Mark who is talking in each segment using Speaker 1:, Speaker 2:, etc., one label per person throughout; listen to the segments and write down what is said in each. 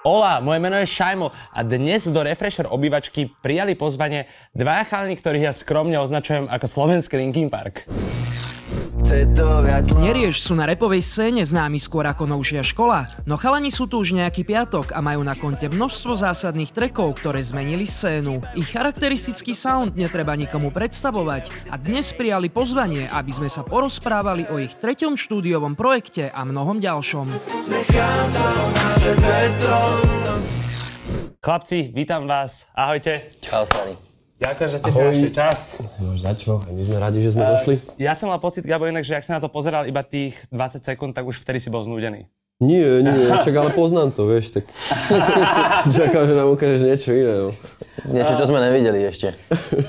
Speaker 1: Ola, moje meno je Šajmo a dnes do Refresher obývačky prijali pozvanie dva chalani, ktorých ja skromne označujem ako slovenský Linkin Park.
Speaker 2: Nerieš sú na repovej scéne známi skôr ako novšia škola, no chalani sú tu už nejaký piatok a majú na konte množstvo zásadných trekov, ktoré zmenili scénu. Ich charakteristický sound netreba nikomu predstavovať a dnes prijali pozvanie, aby sme sa porozprávali o ich treťom štúdiovom projekte a mnohom ďalšom.
Speaker 1: Chlapci, vítam vás. Ahojte.
Speaker 3: Čau, starý.
Speaker 1: Ďakujem, že ste si našli čas.
Speaker 3: Máš za čo? Aj my sme radi, že sme došli.
Speaker 1: Ja som mal pocit, Gabo, inak, že ak sa na to pozeral iba tých 20 sekúnd, tak už vtedy si bol znúdený.
Speaker 3: Nie, nie, čak ale poznám to, vieš, tak čakám, že nám ukážeš niečo iné. No.
Speaker 4: Niečo, čo sme nevideli ešte.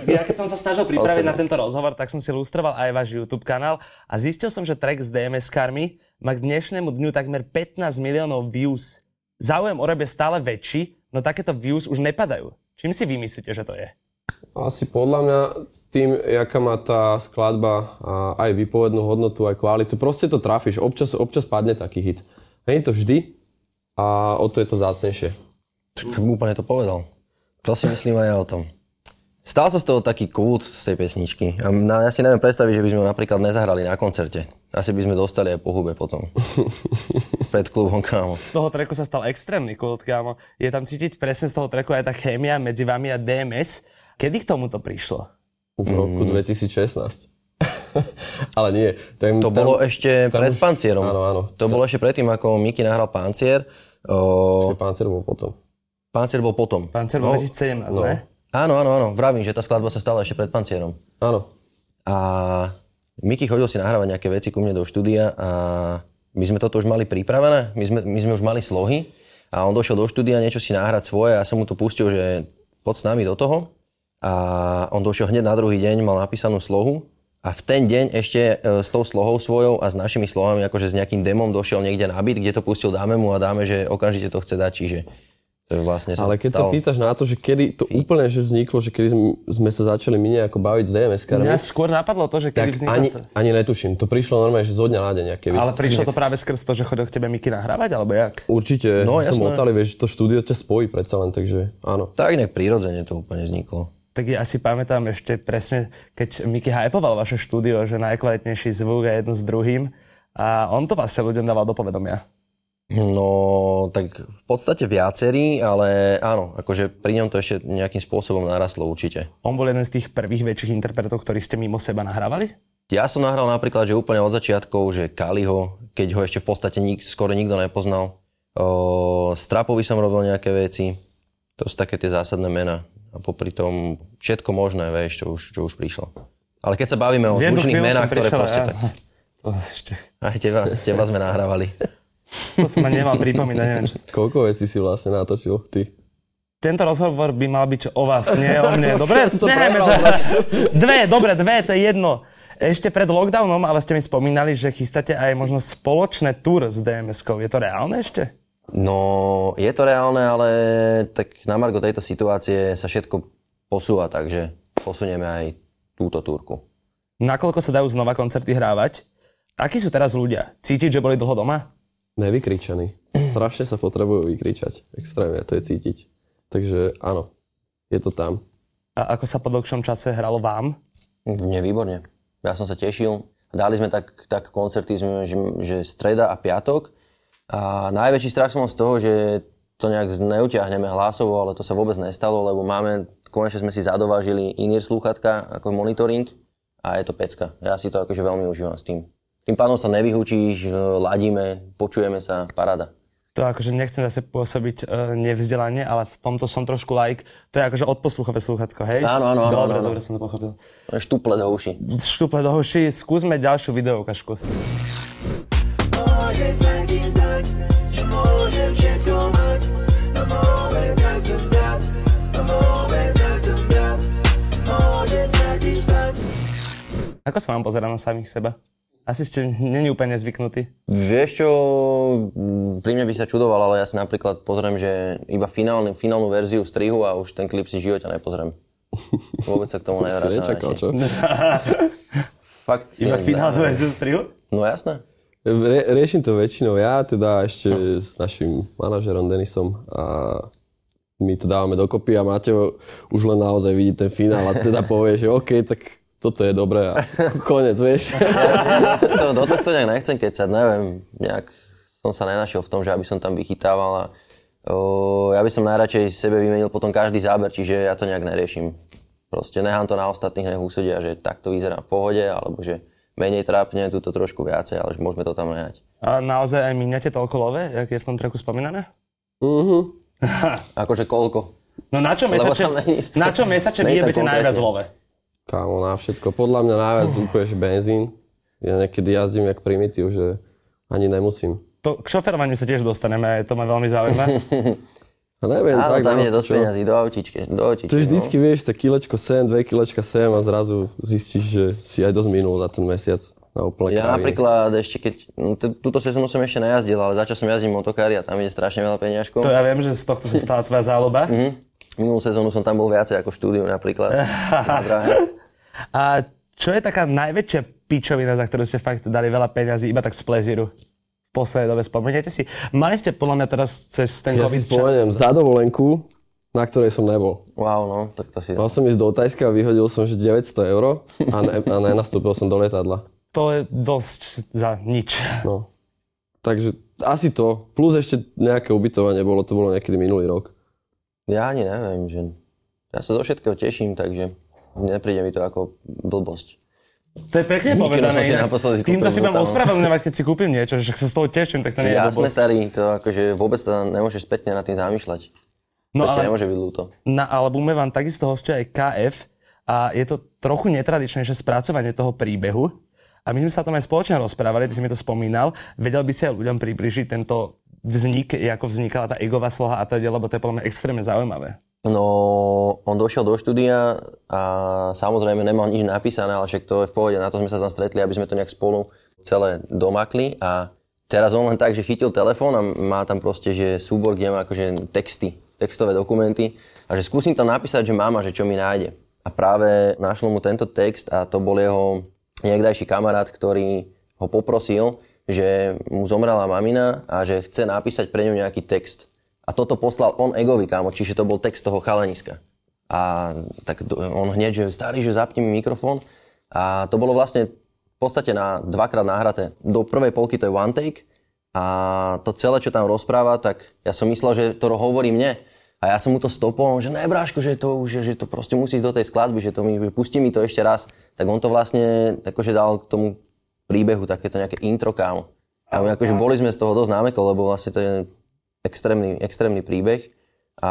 Speaker 1: Ja keď som sa snažil pripraviť
Speaker 4: Osobne.
Speaker 1: na tento rozhovor, tak som si lustroval aj váš YouTube kanál a zistil som, že track s DMS-kármi má k dnešnému dňu takmer 15 miliónov views. Záujem o rap je stále väčší, no takéto views už nepadajú. Čím si vymyslíte, že to je?
Speaker 3: Asi podľa mňa tým, jaká má tá skladba a aj výpovednú hodnotu, aj kvalitu, proste to trafíš. Občas, občas padne taký hit. Není to vždy a o to je to zácnejšie.
Speaker 4: Úplne to povedal. To si myslím aj ja o tom. Stal sa z toho taký kult z tej pesničky. A na, ja si neviem predstaviť, že by sme ju napríklad nezahrali na koncerte. Asi by sme dostali aj po hube potom. Pred klubom, kámo.
Speaker 1: Z toho tracku sa stal extrémny kult, kámo. Je tam cítiť presne z toho tracku aj tá chémia medzi vami a DMS. Kedy k tomuto prišlo?
Speaker 3: V
Speaker 4: Mhm.
Speaker 3: roku 2016. ale nie. Tak
Speaker 4: To
Speaker 3: tam-
Speaker 4: bolo e- ešte pred
Speaker 3: už-
Speaker 4: pancierom.
Speaker 3: Áno, áno.
Speaker 4: To bolo ešte predtým, ako Miki nahral pancier. O,
Speaker 3: Pancer bol potom.
Speaker 4: pancier bol potom.
Speaker 1: Pancer no, 2017, no. ne?
Speaker 4: Áno, áno, áno. Vravím, že tá skladba sa stala ešte pred pancierom.
Speaker 3: Áno.
Speaker 4: A Miky chodil si nahrávať nejaké veci ku mne do štúdia a my sme toto už mali pripravené, my sme, my sme už mali slohy a on došiel do štúdia niečo si nahrať svoje a ja som mu to pustil, že poď s nami do toho a on došiel hneď na druhý deň, mal napísanú slohu a v ten deň ešte e, s tou slohou svojou a s našimi slohami, akože s nejakým demom došiel niekde na byt, kde to pustil dáme mu a dáme, že okamžite to chce dať, čiže to vlastne sa
Speaker 3: Ale keď sa
Speaker 4: stalo.
Speaker 3: pýtaš na to, že kedy to úplne že vzniklo, že kedy sme- sme sa začali my nejako baviť s DMS karmi,
Speaker 1: Mňa skôr napadlo to, že kedy
Speaker 3: tak
Speaker 1: vzniklo...
Speaker 3: ani,
Speaker 1: to-
Speaker 3: ani netuším. To prišlo normálne, že zo dňa na deň. aké by-
Speaker 1: Ale prišlo to práve skrz to, že chodil k tebe Miky nahrávať, alebo jak?
Speaker 3: Určite,
Speaker 4: No,
Speaker 3: no, som
Speaker 4: jasné.
Speaker 3: otali, vieš, to štúdio ťa spojí predsa len, takže áno.
Speaker 4: Tak nejak prirodzene to úplne vzniklo.
Speaker 1: tak ja si pamätám ešte presne, keď Miky hypoval vaše štúdio, že najkvalitnejší zvuk je jedno s druhým. A on to vlastne ľuďom dával do povedomia.
Speaker 4: No, tak v podstate viacerí, ale áno, akože pri ňom to ešte nejakým spôsobom narastlo určite.
Speaker 1: On bol jeden z tých prvých väčších interpretov, ktorých ste mimo seba nahrávali?
Speaker 4: Ja som nahral napríklad, že úplne od začiatkov, že Kaliho, keď ho ešte v podstate nik, skoro nikto nepoznal. O, Strapovi som robil nejaké veci. To sú také tie zásadné mená. A popri tom všetko možné, vieš, čo už, čo už prišlo. Ale keď sa bavíme o
Speaker 1: V jednu
Speaker 4: zvučných
Speaker 1: chvíľu
Speaker 4: menách,
Speaker 1: som
Speaker 4: ktoré
Speaker 1: prišiel
Speaker 4: proste
Speaker 1: ja.
Speaker 4: tak...
Speaker 1: To, ešte,
Speaker 4: Aj teba, teba sme nahrávali.
Speaker 1: to som ani nemal pripomínať, neviem čo.
Speaker 3: Koľko vecí si vlastne natočil ty?
Speaker 1: Tento rozhovor by mal byť o vás, nie o mne. Dobre?
Speaker 3: To
Speaker 1: Nechajme to.
Speaker 3: prehral.
Speaker 1: Dve, dobre, dve, to je jedno. Ešte pred lockdownom, ale ste mi spomínali, že chystáte aj možno spoločné tour s DMS-kou. Je to reálne ešte?
Speaker 4: No, je to reálne, ale tak na margo tejto situácie sa všetko posúva, takže posunieme aj túto túrku.
Speaker 1: nakoľko sa dajú znova koncerty hrávať. Akí sú teraz ľudia? Cítiť, že boli dlho doma?
Speaker 3: Nevykričaný. Strašne sa potrebujú vykričať. Extrémne, to je cítiť. Takže áno, je to tam.
Speaker 1: A ako sa po dlhšom čase hralo vám?
Speaker 4: Nie, výborne. Ja som sa tešil. Dali sme tak, tak koncerty, sme, že, že streda a piatok. A najväčší strach som mal z toho, že to nejak neutiahneme hlasovo, ale to sa vôbec nestalo, lebo máme, konečne sme si zadovážili inír slúchatka ako monitoring a je to pecka. Ja si to akože veľmi užívam s tým. Tým pádom sa nevyhučíš, e, ladíme, počujeme sa, parada.
Speaker 1: To akože nechcem zase pôsobiť e, nevzdelanie, ale v tomto som trošku like. To je akože odposluchové slúchatko, hej?
Speaker 4: Áno, áno, áno,
Speaker 1: Dobre,
Speaker 4: áno, áno.
Speaker 1: dobre som to pochopil.
Speaker 4: Štuple do uši.
Speaker 1: Štuple do hoši, skúsme ďalšiu videoukažku.
Speaker 5: Môže sa ti zdať, že môžem všetko mať No vôbec nechcem viac, no vôbec nechcem viac Môže sa ti stať
Speaker 1: Ako sa vám pozerá na samých seba? Asi ste není úplne zvyknutí.
Speaker 4: Vieš čo, mm, pri mne by sa čudoval, ale ja si napríklad pozriem, že iba finálny, finálnu verziu strihu a už ten klip si v živote nepozriem. Vôbec sa k tomu
Speaker 3: Si
Speaker 4: nevrátim.
Speaker 3: nečakal, čo?
Speaker 4: Fakt si
Speaker 1: Iba
Speaker 4: nevrátim.
Speaker 1: finálnu verziu strihu?
Speaker 4: No jasné.
Speaker 3: Rie- riešim to väčšinou ja, teda ešte s našim manažerom Denisom a my to dávame dokopy a Mateo už len naozaj vidí ten finál a teda povie, že OK, tak toto je dobré a konec, vieš.
Speaker 4: Ja do tohto, do tohto nejak nechcem kecať, neviem, nejak som sa nenašiel v tom, že aby som tam vychytával a o, ja by som najradšej sebe vymenil potom každý záber, čiže ja to nejak neriešim. Proste nechám to na ostatných, nech usudia, že takto vyzerá v pohode, alebo že menej trápne, túto trošku viacej, ale že môžeme to tam nehať.
Speaker 1: A naozaj aj míňate toľko love, jak je v tom treku spomínané?
Speaker 4: Akože koľko?
Speaker 1: No na čo
Speaker 4: Lebo
Speaker 1: mesačne,
Speaker 4: tam není sp-
Speaker 1: na čo mesačne
Speaker 4: není tam
Speaker 1: vyjebete
Speaker 4: konkrétne.
Speaker 1: najviac love?
Speaker 3: Kámo, na všetko. Podľa mňa najviac úplne, že benzín. Ja niekedy jazdím jak primitív, že ani nemusím.
Speaker 1: To, k šoferovaniu sa tiež dostaneme, aj to ma veľmi zaujíma.
Speaker 3: A neviem,
Speaker 4: Áno,
Speaker 3: tak,
Speaker 4: tam
Speaker 3: no,
Speaker 4: ide dosť
Speaker 3: čo?
Speaker 4: peňazí, do autičky, do autičky. no.
Speaker 3: To je vždycky, vieš, tak kilečko sem, dve kilečka sem a zrazu zistíš, že si aj dosť minul za ten mesiac na úplne
Speaker 4: Ja
Speaker 3: kraviny.
Speaker 4: napríklad ešte keď, no, t- túto sezónu som ešte nejazdil, ale začal som jazdiť motokári a tam ide strašne veľa peňažkov.
Speaker 1: To ja viem, že z tohto sa stala tvoja záľuba.
Speaker 4: Minulú sezónu som tam bol viacej ako v štúdiu napríklad. Na Dráhe.
Speaker 1: A čo je taká najväčšia pičovina, za ktorú ste fakt dali veľa peňazí, iba tak z pleziru? V poslednej dobe spomeniete si? Mali ste podľa mňa teraz cez ten
Speaker 3: Ja si
Speaker 1: COVID čas-
Speaker 3: spomeniem za dovolenku, na ktorej som nebol.
Speaker 4: wow, no, tak to si...
Speaker 3: Mal som ísť do Tajska a vyhodil som, že 900 eur a, ne, a nenastúpil som do lietadla.
Speaker 1: To je dosť za nič.
Speaker 3: No. Takže asi to. Plus ešte nejaké ubytovanie bolo, to bolo niekedy minulý rok.
Speaker 4: Ja ani neviem, že... Ja sa do všetkého teším, takže nepríde mi to ako blbosť.
Speaker 1: To je pekne
Speaker 4: Nikdy
Speaker 1: povedané.
Speaker 4: som si
Speaker 1: inak.
Speaker 4: naposledy
Speaker 1: Týmto
Speaker 4: kúpil
Speaker 1: si budem
Speaker 4: zlatá, no.
Speaker 1: ospravedlňovať, keď si kúpim niečo, že sa z toho teším, tak to nie je
Speaker 4: Jasné,
Speaker 1: blbosť.
Speaker 4: starý, to akože vôbec to nemôžeš spätne nad tým zamýšľať.
Speaker 1: No
Speaker 4: No, to ti
Speaker 1: ale-
Speaker 4: nemôže byť ľúto.
Speaker 1: Na albume vám takisto hostia aj KF a je to trochu netradičnejšie spracovanie toho príbehu. A my sme sa o tom aj spoločne rozprávali, ty si mi to spomínal. Vedel by si aj ľuďom približiť tento vznik, ako vznikala tá egová sloha a teda, lebo to je podľa mňa extrémne zaujímavé.
Speaker 4: No, on došiel do štúdia a samozrejme nemal nič napísané, ale však to je v pohode, na to sme sa tam stretli, aby sme to nejak spolu celé domakli a teraz on len tak, že chytil telefón a má tam proste, že súbor, kde má akože texty, textové dokumenty a že skúsim tam napísať, že máma, že čo mi nájde. A práve našlo mu tento text a to bol jeho niekdajší kamarát, ktorý ho poprosil, že mu zomrela mamina a že chce napísať pre ňu nejaký text. A toto poslal on Egovi, kámo, čiže to bol text toho chalaniska. A tak do- on hneď, že starý, že zapni mi mikrofón. A to bolo vlastne v podstate na dvakrát nahraté. Do prvej polky to je one take a to celé, čo tam rozpráva, tak ja som myslel, že to hovorí mne. A ja som mu to stopol, že ne, bráško, že to, už, že to proste musí ísť do tej skladby, že to mi, že pustí mi to ešte raz. Tak on to vlastne akože dal k tomu príbehu takéto nejaké intro, kámo. A my akože boli sme z toho dosť námekov, lebo vlastne to je extrémny, extrémny príbeh. A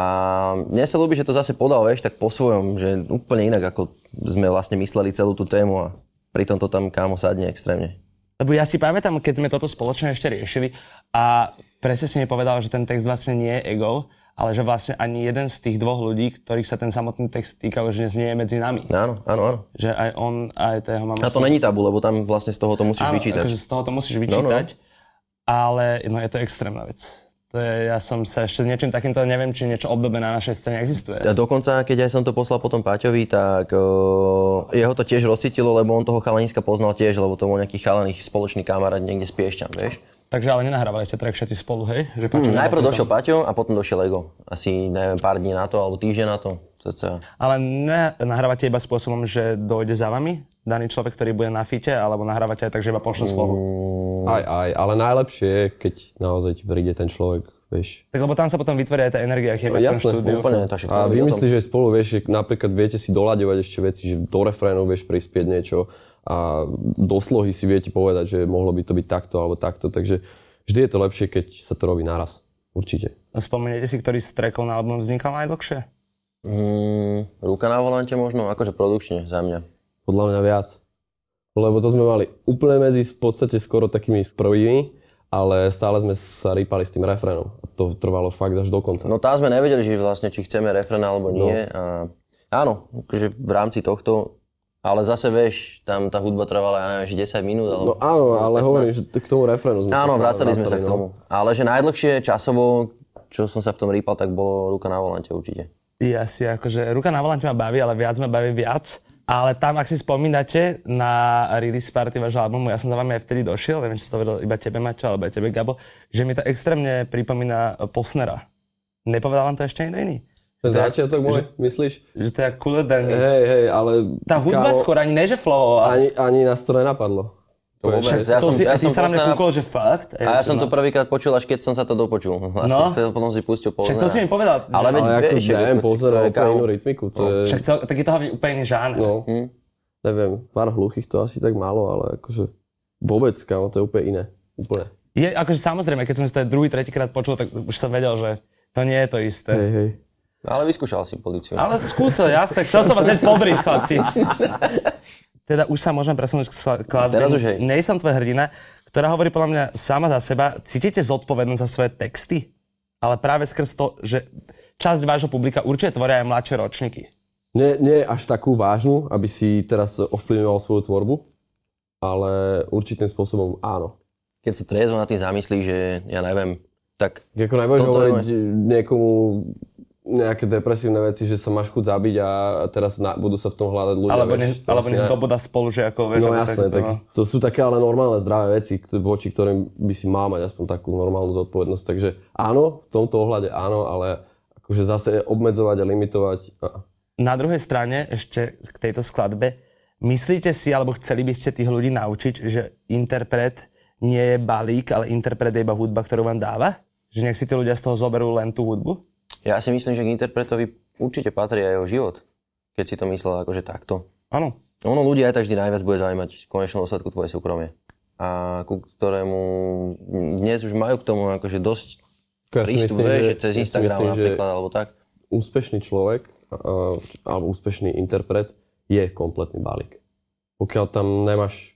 Speaker 4: mne sa ľúbi, že to zase podal, vieš, tak po svojom, že úplne inak, ako sme vlastne mysleli celú tú tému a pritom to tam kámo sadne extrémne.
Speaker 1: Lebo ja si pamätám, keď sme toto spoločne ešte riešili a presne si mi povedal, že ten text vlastne nie je ego, ale že vlastne ani jeden z tých dvoch ľudí, ktorých sa ten samotný text týka, už dnes nie je medzi nami.
Speaker 4: Áno, áno, áno.
Speaker 1: Že aj on, aj tá jeho mama...
Speaker 4: A to
Speaker 1: sú-
Speaker 4: není tabu, lebo tam vlastne z toho to musíš
Speaker 1: Áno,
Speaker 4: vyčítať.
Speaker 1: akože z toho to musíš vyčítať, no, no. ale no, je to extrémna vec. To je, ja som sa ešte s niečím takýmto, neviem, či niečo obdobné na našej scéne existuje.
Speaker 4: A dokonca, keď aj som to poslal potom Paťovi, tak uh, jeho to tiež rozcítilo, lebo on toho chalaniska poznal tiež, lebo to bol nejaký chalaných spoločný kamarát niekde z Piešťan, vieš.
Speaker 1: Takže ale nenahrávali ste track všetci spolu, hej? Že Paťo
Speaker 4: Hm,
Speaker 1: nedal
Speaker 4: najprv
Speaker 1: pritom.
Speaker 4: došiel Paťo a potom došiel Ego. Asi, neviem, pár dní na to, alebo týždeň na to. Cca.
Speaker 1: Ale ne- nahrávate iba spôsobom, že dojde za vami daný človek, ktorý bude na fite, alebo nahrávate aj tak, že iba pošle slovo.
Speaker 4: Mm.
Speaker 3: Aj, aj, ale najlepšie je, keď naozaj ti príde ten človek, vieš.
Speaker 1: Tak lebo tam sa potom vytvorí aj tá energia, keď je v tom
Speaker 3: Jasné,
Speaker 1: štúdiu.
Speaker 4: No, Úplne, to všetko
Speaker 3: A
Speaker 4: robí o tom.
Speaker 3: vymyslíš, že spolu, vieš, že napríklad viete si doľaďovať ešte veci, že do refrénu vieš prispieť niečo a do slohy si viete povedať, že mohlo by to byť takto alebo takto, takže vždy je to lepšie, keď sa to robí naraz. Určite.
Speaker 1: No, Spomeniete si, ktorý z trackov na album vznikal najdlhšie?
Speaker 4: Mm, ruka na volante možno, akože produkčne za mňa.
Speaker 3: Podľa mňa viac. Lebo to sme mali úplne medzi v podstate skoro takými prvými, ale stále sme sa rýpali s tým refrénom. A to trvalo fakt až do konca.
Speaker 4: No tá sme nevedeli, že vlastne, či chceme refrén alebo nie. A áno, akože v rámci tohto Ale zase, vieš, tam tá hudba trvala, ja neviem, že 10 minút. Alebo...
Speaker 3: No áno, ale hovorím, že k tomu refrénu sme
Speaker 4: Áno,
Speaker 3: sa
Speaker 4: vracali sme sa
Speaker 3: no.
Speaker 4: k tomu. Ale že najdlhšie časovo, čo som sa v tom rýpal, tak bolo ruka na volante určite.
Speaker 1: Ja si akože, ruka na volante ma baví, ale viac ma baví viac. Ale tam, ak si spomínate na release party vášho albumu, ja som za vami aj vtedy došiel, neviem, či si to vedel iba tebe, Maťo, alebo aj tebe, Gabo, že mi to extrémne pripomína e, Posnera. Nepovedal vám to ešte niekto iný? Že
Speaker 3: Ten
Speaker 1: to je-
Speaker 3: začiatok môj,
Speaker 1: že-
Speaker 3: myslíš?
Speaker 1: Že to je cooler than me.
Speaker 3: Hej, hej, ale...
Speaker 1: E, Tá hudba
Speaker 3: kámo,
Speaker 1: skôr ani ne, že flow, ale...
Speaker 3: Ani, ani nás to nenapadlo.
Speaker 4: To vôbec.
Speaker 3: Však
Speaker 4: Ja som,
Speaker 1: si,
Speaker 4: ja
Speaker 1: si
Speaker 4: som,
Speaker 1: sa na mňa
Speaker 4: Postnera-
Speaker 1: kúkol, že fakt? no.
Speaker 4: a ja som to prvýkrát počul, až keď som sa to dopočul. Vlastne, no. potom si
Speaker 1: Však
Speaker 4: pustil Poznera.
Speaker 1: to si mi povedal. že-
Speaker 4: Ale veď
Speaker 3: Ale ako
Speaker 4: vieš, že-
Speaker 3: neviem, pozor,
Speaker 4: to je
Speaker 3: úplne
Speaker 4: kámo.
Speaker 3: inú rytmiku, to je...
Speaker 1: Však cel, tak je to úplne iný žáner.
Speaker 3: No, neviem, pár hluchých to asi tak málo, ale akože vôbec, kámo, to je úplne iné. Úplne.
Speaker 1: Je, akože samozrejme, keď som si to aj druhý, tretíkrát počul, tak už som vedel, že to nie je to isté.
Speaker 3: Hej, hej.
Speaker 4: Ale vyskúšal si políciu.
Speaker 1: Ale skúsil, jasne, chcel som vás hneď pobriť, chlapci. Teda už sa môžem presunúť k sla- skladbe.
Speaker 4: Teraz už hej.
Speaker 1: Nej som tvoj hrdina, ktorá hovorí podľa mňa sama za seba. Cítite zodpovednosť za svoje texty? Ale práve skrz to, že časť vášho publika určite tvoria aj mladšie ročníky.
Speaker 3: Nie, nie je až takú vážnu, aby si teraz ovplyvňoval svoju tvorbu, ale určitým spôsobom áno.
Speaker 4: Keď sa trezvo na tým zamyslí, že ja neviem, tak
Speaker 3: Ako nemôžeš
Speaker 4: Toto je
Speaker 3: hovoriť niekomu nejaké depresívne veci, že sa máš chuť zabiť a teraz na, budú sa v tom hľadať ľudia.
Speaker 1: Alebo,
Speaker 3: vieš,
Speaker 1: ne,
Speaker 3: to
Speaker 1: alebo
Speaker 3: asi
Speaker 1: nech
Speaker 3: ne.
Speaker 1: doboda spolu, že ako... Vieš,
Speaker 3: No
Speaker 1: alebo
Speaker 3: jasné,
Speaker 1: takto,
Speaker 3: tak
Speaker 1: no.
Speaker 3: to sú také ale normálne zdravé veci, kt- voči ktorým by si mal mať aspoň takú normálnu zodpovednosť. Takže áno, v tomto ohľade áno, ale akože zase obmedzovať a limitovať. a-
Speaker 1: Na druhej strane, ešte k tejto skladbe, myslíte si, alebo chceli by ste tých ľudí naučiť, že interpret nie je balík, ale interpret je iba hudba, ktorú vám dáva? Že nech si tí ľudia z toho zoberú len tú hudbu?
Speaker 4: ja si myslím, že k interpretovi určite patrí aj jeho život. Keď si to myslel akože takto.
Speaker 1: Áno.
Speaker 4: Ono ľudia aj tak vždy najviac bude zaujímať v konečnom dôsledku tvoje súkromie. A ku ktorému dnes už majú k tomu akože dosť
Speaker 3: Ja si
Speaker 4: prístup,
Speaker 3: myslím,
Speaker 4: vieš, že
Speaker 3: že-
Speaker 4: cez
Speaker 3: ja si
Speaker 4: Instagram
Speaker 3: myslím, že-
Speaker 4: napríklad, alebo tak.
Speaker 3: úspešný človek uh, alebo úspešný interpret je kompletný balík. Pokiaľ tam nemáš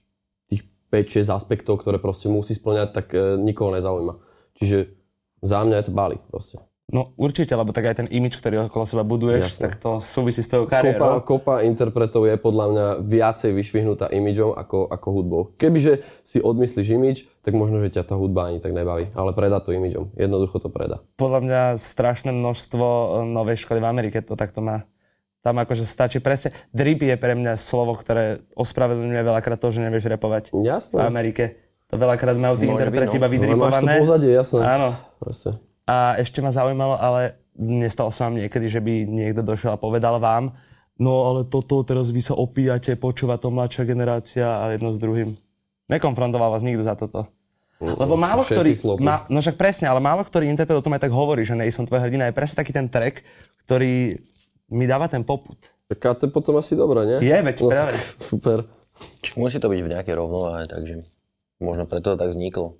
Speaker 3: tých 5-6 aspektov, ktoré proste musí splňať, tak uh, nikoho nezaujíma. Čiže za mňa je to balík proste.
Speaker 1: No určite, lebo tak aj ten imič, ktorý okolo seba buduješ,
Speaker 3: Jasné.
Speaker 1: tak to súvisí s tvojou
Speaker 3: Kopa,
Speaker 1: kariérou.
Speaker 3: kopa interpretov je podľa mňa viacej vyšvihnutá imidžom ako, ako hudbou. Kebyže si odmyslíš imidž, tak možno, že ťa tá hudba ani tak nebaví, ale predá to imidžom. Jednoducho to predá.
Speaker 1: Podľa mňa strašné množstvo e, novej školy v Amerike to takto má. Tam akože stačí presne. Drip je pre mňa slovo, ktoré ospravedlňuje veľakrát to, že nevieš repovať. v
Speaker 3: Jasné.
Speaker 1: Amerike. To veľakrát majú tí
Speaker 4: Môže byť,
Speaker 1: interpreti
Speaker 4: no.
Speaker 1: iba
Speaker 3: Ale máš to
Speaker 1: vydripované.
Speaker 3: pozadie, jasné.
Speaker 1: Áno.
Speaker 3: Proste.
Speaker 1: A ešte ma zaujímalo, ale nestalo sa vám niekedy, že by niekto došiel a povedal vám, no ale toto teraz vy sa opíjate, počúva to mladšia generácia a jedno s druhým. Nekonfrontoval vás nikto za toto. Lebo málo
Speaker 3: Mm, všetci
Speaker 1: ktorý,
Speaker 3: slopy.
Speaker 1: má, no však presne, ale málo ktorý interpret o tom aj tak hovorí, že nej som tvoja hrdina, je presne taký ten track, ktorý mi dáva ten poput.
Speaker 3: Tak a to je potom asi dobré, nie? No,
Speaker 1: Je, veď práve.
Speaker 3: Super.
Speaker 4: Musí to byť v nejakej rovnováhe, takže možno preto to tak vzniklo.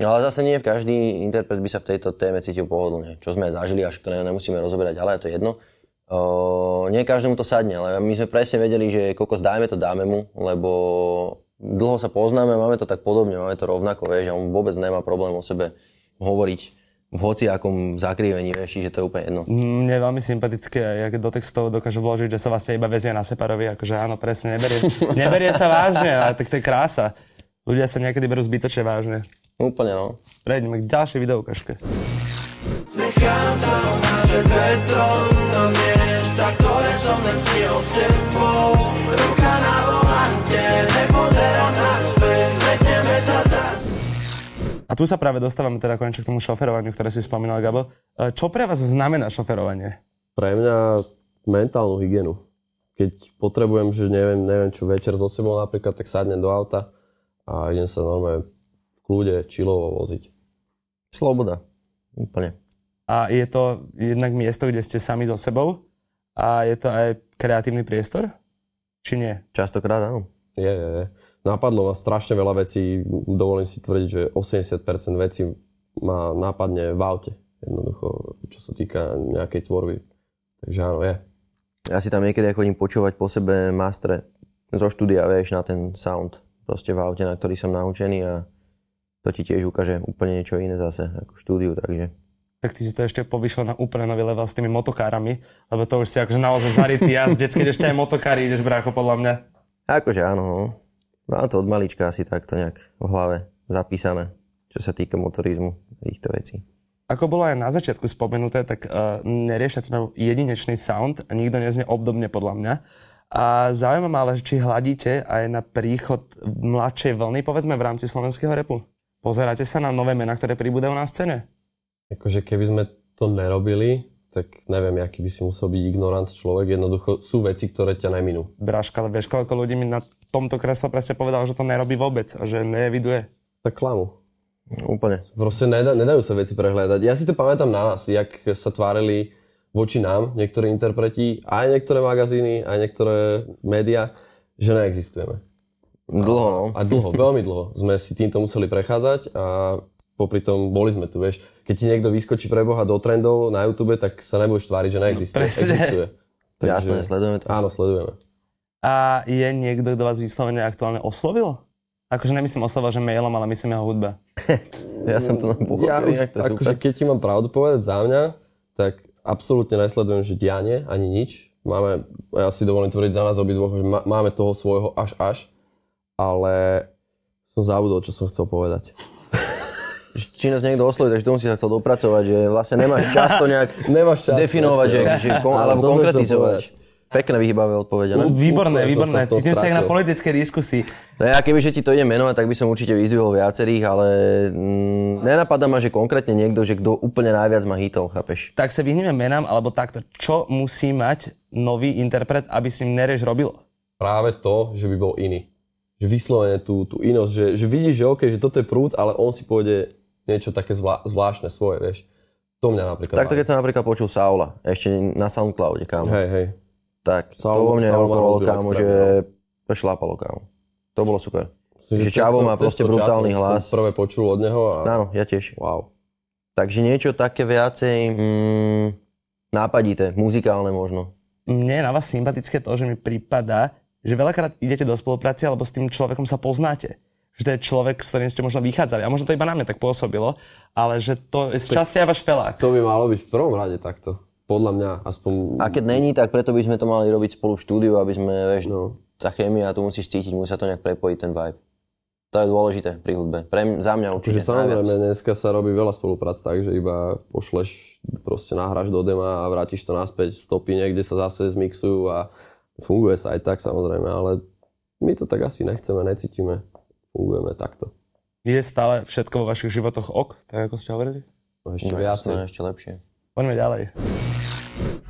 Speaker 4: Ale zase nie každý interpret by sa v tejto téme cítil pohodlne, čo sme aj zažili, až ktoré nemusíme rozoberať, ale to je jedno. O, nie každému to sadne, ale my sme presne vedeli, že kokos dajme to, dáme mu, lebo dlho sa poznáme, máme to tak podobne, máme to rovnako, vieš, a on vôbec nemá problém o sebe hovoriť v hociakom zakrivení, vieš, že to je úplne jedno.
Speaker 1: Mne je veľmi sympatické, jak do textov dokážu vložiť, že sa vlastne iba vezie na separovi, akože áno, presne, neberie, neberie sa vážne, ale tak to je krása. Ľudia sa niekedy berú zbytočne vážne.
Speaker 4: Úplne, no.
Speaker 1: Prejdeme k ďalšej videoukažke.
Speaker 5: Nechádzam máže beton na miesta, ktoré som necíl s tebou. Ruka na volante, nepozerám naspäť, stretneme sa zas.
Speaker 1: A tu sa práve dostávame teda konečne k tomu šoferovaniu, ktoré si spomínal, Gabo. E, Čo pre vás znamená šoferovanie?
Speaker 3: Pre mňa mentálnu hygienu. Keď potrebujem, že neviem, neviem čo večer so sebou napríklad, tak sadnem do auta a idem sa normálne v kľude čilovo voziť.
Speaker 4: Sloboda. Úplne.
Speaker 1: A je to jednak miesto, kde ste sami so sebou a je to aj kreatívny priestor? Či nie?
Speaker 4: Častokrát áno.
Speaker 3: Je, je, je. Napadlo ma strašne veľa vecí, dovolím si tvrdiť, že 80% vecí ma nápadne v aute. Jednoducho, čo sa týka nejakej tvorby. Takže áno, je.
Speaker 4: Ja si tam niekedy aj chodím počúvať po sebe mastre zo štúdia, vieš, na ten sound proste v aute, na ktorý som naučený a to ti tiež ukáže úplne niečo iné zase ako v štúdiu, takže
Speaker 1: tak ty si to ešte povyšil na úplne nový level s tými motokárami, lebo to už si akože naozaj zarytý jazdec, keď ešte aj motokári ideš, brácho, podľa mňa.
Speaker 4: Akože áno, no. Mám to od malička asi takto nejak v hlave zapísané, čo sa týka motorizmu, týchto vecí.
Speaker 1: Ako bolo aj na začiatku spomenuté, tak uh, neriešať sme jedinečný sound a nikto neznie obdobne podľa mňa. A zaujíma ma ale, či hladíte aj na príchod mladšej vlny, povedzme v rámci slovenského repu. Pozeráte sa na nové mená, ktoré pribúdajú na scéne?
Speaker 3: Akože keby sme to nerobili, tak neviem, aký by si musel byť ignorant človek. Jednoducho sú veci, ktoré ťa neminú.
Speaker 1: Bráška, ale vieš, koľko ľudí mi na tomto kresle presne povedal, že to nerobí vôbec a že neviduje.
Speaker 3: Tak klamu.
Speaker 4: Úplne.
Speaker 3: Proste nedá, nedajú sa veci prehľadať. Ja si to pamätám na nás, jak sa tvárili voči nám niektorí interpreti, aj niektoré magazíny, aj niektoré médiá, že neexistujeme.
Speaker 4: Dlho, no.
Speaker 3: A dlho, veľmi dlho sme si týmto museli prechádzať a popri tom boli sme tu, vieš. Keď ti niekto vyskočí pre Boha do trendov na YouTube, tak sa nebudeš tváriť, že neexistuje.
Speaker 1: Presne.
Speaker 3: Existuje.
Speaker 4: Jasné, sledujeme to.
Speaker 3: Áno, sledujeme.
Speaker 1: A je niekto, kto vás vyslovene aktuálne oslovil? Akože nemyslím oslova, že mailom, ale myslím jeho hudba.
Speaker 4: Ja som to len pochopil,
Speaker 3: Ja už,
Speaker 4: inak to je
Speaker 3: akože
Speaker 4: super.
Speaker 3: keď ti mám pravdu povedať za mňa, tak absolútne nesledujem, že dianie ani nič. Máme, ja si dovolím tvrdiť za nás obidvoch, že ma- máme toho svojho až až, ale som zabudol, čo som chcel povedať.
Speaker 4: Či nás niekto osloví, takže tomu si sa chcel dopracovať, že vlastne nemáš čas to nejak
Speaker 3: Nemáš čas.
Speaker 4: definovať, že,
Speaker 3: proste.
Speaker 4: že kon, alebo
Speaker 3: Áno, to som chcel
Speaker 4: konkretizovať.
Speaker 3: povedať.
Speaker 4: Pekné vyhýbavé odpovede, ne?
Speaker 1: Výborné,
Speaker 3: Úplne som
Speaker 1: výborné.
Speaker 3: sa v tom
Speaker 1: Cítim sa jak na
Speaker 3: strátil.
Speaker 1: politickej diskusii.
Speaker 4: No ja keby, že ti to ide menovať, tak by som určite vyzdvihol viacerých, ale mm, nenapadá ma, že konkrétne niekto, že kto úplne najviac ma hitol, chápeš?
Speaker 1: Tak sa vyhneme menám, alebo takto. Čo musí mať nový interpret, aby s ním nerež robil?
Speaker 3: Práve to, že by bol iný. Že vyslovene tú, tú inosť, že, že vidíš, že OK, že toto je prúd, ale on si pôjde niečo také zvlá, zvláštne svoje, vieš. To mňa napríklad...
Speaker 4: Takto
Speaker 3: baví.
Speaker 4: keď som napríklad počul Saula, ešte na Soundcloude, kámo,
Speaker 3: Hej, hej.
Speaker 4: tak to
Speaker 3: Saul-
Speaker 4: vo mne
Speaker 3: Saul ma
Speaker 4: rokovalo,
Speaker 3: rozbil
Speaker 4: kámo,
Speaker 3: extrémne,
Speaker 4: že to šlápalo, kámo. To bolo super.
Speaker 3: Myslím,
Speaker 4: Že Čavo má proste
Speaker 3: cesto
Speaker 4: brutálny
Speaker 3: času
Speaker 4: hlas.
Speaker 3: Som prvé počul od neho a
Speaker 4: Áno, ja tiež.
Speaker 3: wow.
Speaker 4: Takže niečo také viacej mm, nápadité, muzikálne možno.
Speaker 1: Mne je na vás sympatické to, že mi prípada, že veľakrát idete do spolupráce, alebo s tým človekom sa poznáte. Že to je človek, s ktorým ste možno vychádzali. A možno to iba na mňa tak pôsobilo, ale že to je z časti aj váš felák.
Speaker 3: To by malo byť v prvom rade takto. Podľa mňa aspoň...
Speaker 4: A keď není, tak preto by sme to mali robiť spolu v štúdiu, aby sme, vieš,
Speaker 3: No.
Speaker 4: tá chémia, tu musíš cítiť, musí sa to nejak prepojiť, ten vibe. To je dôležité pri hudbe. Pre m- za mňa určite
Speaker 3: Čiže
Speaker 4: najviac.
Speaker 3: samozrejme, dneska sa robí veľa spoluprác tak, že iba pošleš, proste nahráš do dema a vrátiš to naspäť, stopy niekde sa zase zmixujú a funguje sa aj tak samozrejme, ale my to tak asi nechceme, necítime, fungujeme takto.
Speaker 1: Je stále všetko vo vašich životoch ok, tak ako ste hovorili?
Speaker 3: No ešte
Speaker 4: No,
Speaker 3: no,
Speaker 4: jasné,
Speaker 3: viac.
Speaker 4: ešte lepšie.
Speaker 1: Poďme ďalej.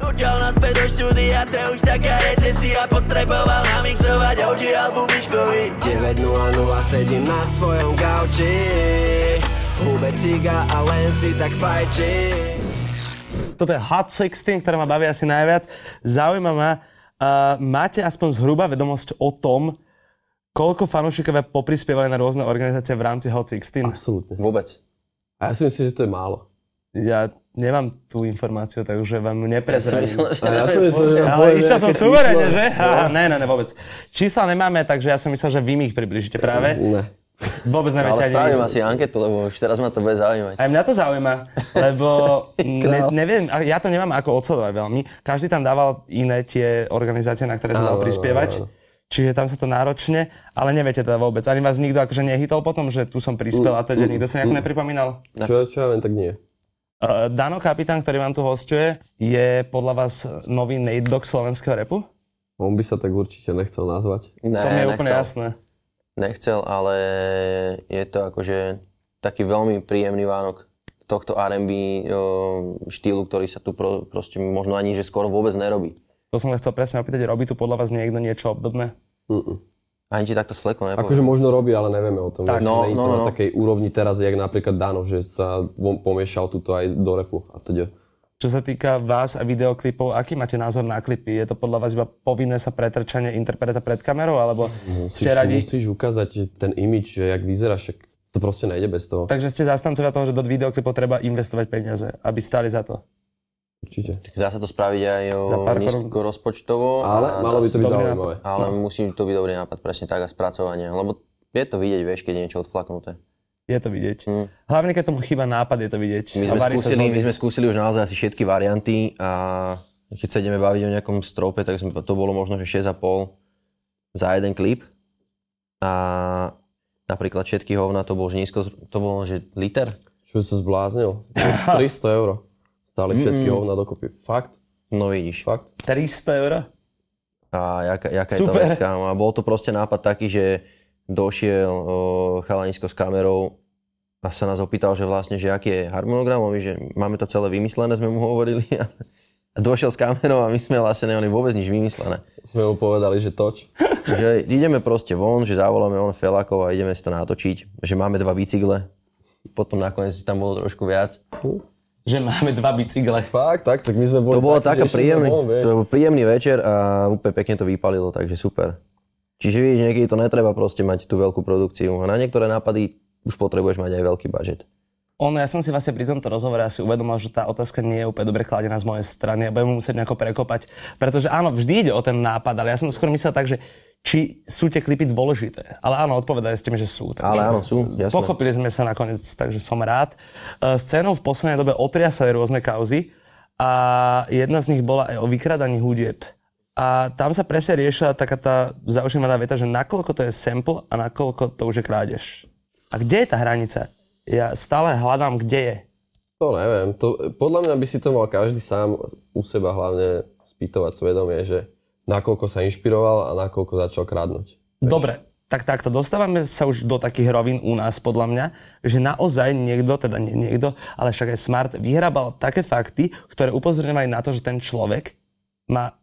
Speaker 5: Nutil nás späť do štúdia, to už taká recesia Potreboval namixovať OG album Miškovi
Speaker 6: 9.00 sedím na svojom gauči Hube ciga a len si tak fajči
Speaker 1: Toto je Hot 16, ktorá ma baví asi najviac. Zaujíma ma, uh, máte aspoň zhruba vedomosť o tom, koľko fanúšikovia poprispievali na rôzne organizácie v rámci Hot 16?
Speaker 3: Absolútne.
Speaker 4: Vôbec.
Speaker 3: A ja si myslím, že to je málo.
Speaker 1: Ja nemám tú informáciu, takže vám neprezradím.
Speaker 3: A ja si myslím, že nám
Speaker 1: Ale
Speaker 3: povie
Speaker 1: išiel som
Speaker 3: nejaké
Speaker 1: suverene,
Speaker 3: číslo.
Speaker 1: že? Ha, ne, ne, ne, vôbec. Čísla nemáme, takže ja som myslel, že vy mi ich približíte práve.
Speaker 3: Ne.
Speaker 1: Vôbec neviete
Speaker 4: Ale
Speaker 1: ani...
Speaker 4: spravím asi anketu, lebo už teraz ma to bude zaujímať.
Speaker 1: Aj mňa to zaujíma, lebo ne, neviem, a ja to nemám ako odsledovať veľmi. Každý tam dával iné tie organizácie, na ktoré sa dalo
Speaker 3: Áno,
Speaker 1: prispievať.
Speaker 3: áno,
Speaker 1: Čiže tam sa to náročne, ale neviete teda vôbec. Ani vás nikto akože nehytol potom, že tu som prispel a teda nikto sa nejak nepripomínal.
Speaker 3: Čo, čo ja viem, tak nie.
Speaker 1: Uh, Dano Kapitán, ktorý vám tu hostuje, je podľa vás nový Nate Dogg slovenského repu?
Speaker 3: On by sa tak určite nechcel nazvať.
Speaker 4: Ne,
Speaker 1: To mi je úplne
Speaker 4: nechcel.
Speaker 1: jasné.
Speaker 4: Nechcel, ale je to akože taký veľmi príjemný Vánok tohto R&B o, štýlu, ktorý sa tu pro, proste možno ani, že skoro vôbec nerobí.
Speaker 1: To som sa chcel presne opýtať, robí tu podľa vás niekto niečo obdobné?
Speaker 4: Ani ti takto s flekom nepoviem.
Speaker 3: Akože možno robí, ale nevieme o tom.
Speaker 1: Tak.
Speaker 3: že
Speaker 4: No,
Speaker 3: nie je to
Speaker 4: no, no,
Speaker 3: na
Speaker 4: no.
Speaker 3: takej úrovni teraz, jak napríklad Dano, že sa vom- pomiešal tuto aj do repu a teda.
Speaker 1: Čo sa týka vás a videoklipov, aký máte názor na klipy? Je to podľa vás iba povinné sa pretrčanie interpreta pred kamerou, alebo
Speaker 3: Musíš,
Speaker 1: ste radi?
Speaker 3: musíš ukázať ten imič, že jak vyzeráš, však to proste nejde bez toho. Tak.
Speaker 1: Takže ste zastancovia toho, že do videoklipov treba investovať peniaze, aby stáli za to.
Speaker 3: Určite.
Speaker 4: Dá sa to spraviť aj
Speaker 1: Za
Speaker 4: o,
Speaker 1: pár korun.
Speaker 4: nízko rozpočtovo.
Speaker 3: Ale malo by to byť
Speaker 1: dobrý
Speaker 3: zaujímavé.
Speaker 4: Ale musí to byť dobrý nápad, presne tak, a spracovanie. Lebo je to vidieť, vieš, keď je niečo odflaknuté.
Speaker 1: Je to vidieť. Mm. Hlavne, keď tomu chýba nápad, je to vidieť.
Speaker 4: Hm. My
Speaker 1: A
Speaker 4: sme,
Speaker 1: varí sa
Speaker 4: skúsili,
Speaker 1: zlomí.
Speaker 4: my sme skúsili už naozaj asi všetky varianty a keď sa ideme baviť o nejakom strope, tak sme, to bolo možno že 6,5 za jeden klip. A napríklad všetky hovna, to bolo, že nízko, to bolo, že liter.
Speaker 3: Čo si sa zbláznil? 300 eur. Stáli všetky hovna dokopy. Fakt?
Speaker 4: No vidíš.
Speaker 3: Fakt?
Speaker 1: 300 eur?
Speaker 4: A jaká, jaká je to
Speaker 1: Super.
Speaker 4: vec, kámo. A bol to proste nápad taký, že došiel o, chalanisko s kamerou a sa nás opýtal, že vlastne, že aký je harmonogram, a my, že máme to celé vymyslené, sme mu hovorili. A, a došiel s kamerou a my sme vlastne nemali vôbec nič vymyslené.
Speaker 3: Sme mu povedali, že toč.
Speaker 4: Že ideme proste von, že zavoláme on Felakov a ideme si to natočiť, že máme dva bicykle. Potom nakoniec tam bolo trošku viac.
Speaker 1: Že máme dva bicykle.
Speaker 3: Fakt, tak, tak my sme
Speaker 4: To
Speaker 3: boli
Speaker 4: bolo taká
Speaker 3: takí, že išli sme
Speaker 4: príjemný,
Speaker 3: von, vieš.
Speaker 4: to bol príjemný večer a úplne pekne to vypalilo, takže super. Čiže vidíš, niekedy to netreba proste mať tú veľkú produkciu. A na niektoré nápady už potrebuješ mať aj veľký budget.
Speaker 1: Ono, ja som si vlastne pri tomto rozhovore asi uvedomil, že tá otázka nie je úplne dobre kladená z mojej strany a budem ju musieť nejako prekopať. Pretože áno, vždy ide o ten nápad, ale ja som skôr myslel tak, že či sú tie klipy dôležité. Ale áno, odpovedali ste mi, že sú. Takže
Speaker 4: Ale áno, sú, jasné.
Speaker 1: Pochopili sme sa nakoniec, takže som rád. E, Scénou v poslednej dobe otriasali rôzne kauzy a jedna z nich bola aj o vykradaní hudieb. A tam sa presne riešila taká tá zaujímavá veta, že nakoľko to je sample a nakoľko to už je krádež. A kde je tá hranica? Ja stále hľadám, kde je.
Speaker 3: To neviem. To, podľa mňa by si to mal každý sám u seba hlavne spýtovať svedomie, že nakoľko sa inšpiroval a nakoľko začal kradnúť.
Speaker 1: Dobre, tak takto, dostávame sa už do takých rovín u nás, podľa mňa, že naozaj niekto, teda nie niekto, ale však aj Smart, vyhrabal také fakty, ktoré upozorňovali na to, že ten človek má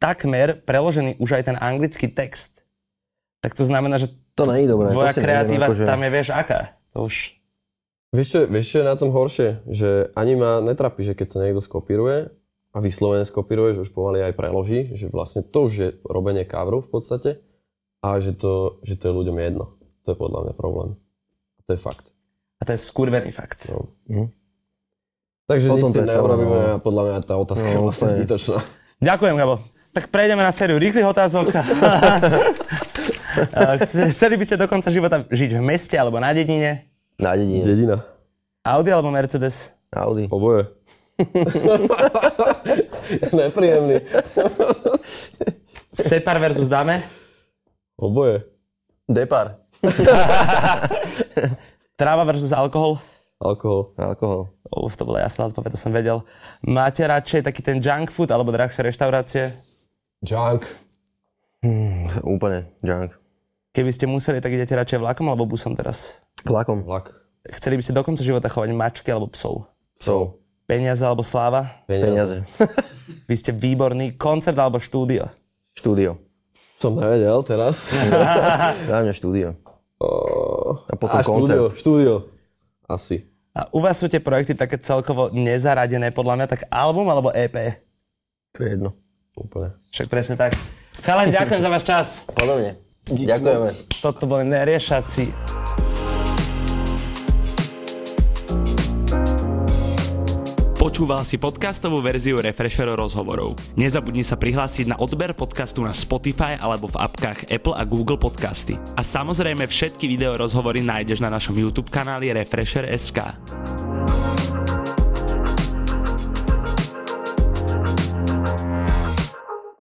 Speaker 1: takmer preložený už aj ten anglický text. Tak to znamená, že
Speaker 4: To nie je dobré. to
Speaker 1: tvoja
Speaker 4: si neviem,
Speaker 1: kreatíva
Speaker 4: akože-
Speaker 1: tam je, vieš, aká. To už...
Speaker 3: Vieš čo, vieš čo je na tom horšie? Že ani ma netrapí, že keď to niekto skopíruje a vyslovene skopíruje, že už pomaly aj preloží, že vlastne to už je robenie coveru v podstate a že to, že to je ľuďom jedno. To je podľa mňa problém. A to je fakt.
Speaker 1: A to je skurvený fakt.
Speaker 3: No.
Speaker 4: Mhm.
Speaker 3: Takže
Speaker 4: O
Speaker 3: nič
Speaker 4: tom
Speaker 3: si
Speaker 4: to je celé,
Speaker 3: neurobíme
Speaker 4: no.
Speaker 3: a podľa mňa tá otázka
Speaker 4: No,
Speaker 3: je vlastne
Speaker 4: úplne.
Speaker 3: zbytočná.
Speaker 1: Ďakujem, Gabo. Tak prejdeme na sériu rýchlych otázok. Chce- Chceli by ste do konca života žiť v meste alebo na dedine?
Speaker 4: Na dedine.
Speaker 3: Dedina.
Speaker 1: Audi alebo Mercedes?
Speaker 4: Audi.
Speaker 3: Oboje. Nepríjemný.
Speaker 1: Separ versus Dame?
Speaker 3: Oboje.
Speaker 4: Depar.
Speaker 1: Tráva versus alkohol?
Speaker 3: Alkohol.
Speaker 4: Alkohol.
Speaker 1: Uf, to bola jasná odpoveď, to som vedel. Máte radšej taký ten junk food alebo drahšie reštaurácie?
Speaker 3: Junk.
Speaker 4: Úplne. Junk.
Speaker 1: Keby ste museli, tak idete radšej vlakom alebo busom teraz?
Speaker 4: Vlakom.
Speaker 3: Vlak.
Speaker 1: Chceli by ste do konca života chovať mačky alebo psov?
Speaker 4: Psov.
Speaker 1: Peniaze alebo sláva?
Speaker 4: Peniaze.
Speaker 1: Vy ste výborný. Koncert alebo štúdio?
Speaker 4: štúdio.
Speaker 3: Som nevedel teraz.
Speaker 4: Za mňa štúdio. A potom
Speaker 3: A štúdio,
Speaker 4: koncert.
Speaker 3: štúdio. Asi.
Speaker 1: A u vás sú tie projekty také celkovo nezaradené, podľa mňa, tak album alebo EP?
Speaker 4: To je jedno.
Speaker 3: Úplne.
Speaker 1: Však presne tak. Chalani, ďakujem za váš čas.
Speaker 4: Podobne. Ďakujeme.
Speaker 1: Toto boli neriešaci.
Speaker 7: Počúval si podcastovú verziu Refresher rozhovorov. Nezabudni sa prihlásiť na odber podcastu na Spotify alebo v apkách Apple a Google Podcasty. A samozrejme všetky video rozhovory nájdeš na našom YouTube kanáli Refresher.sk.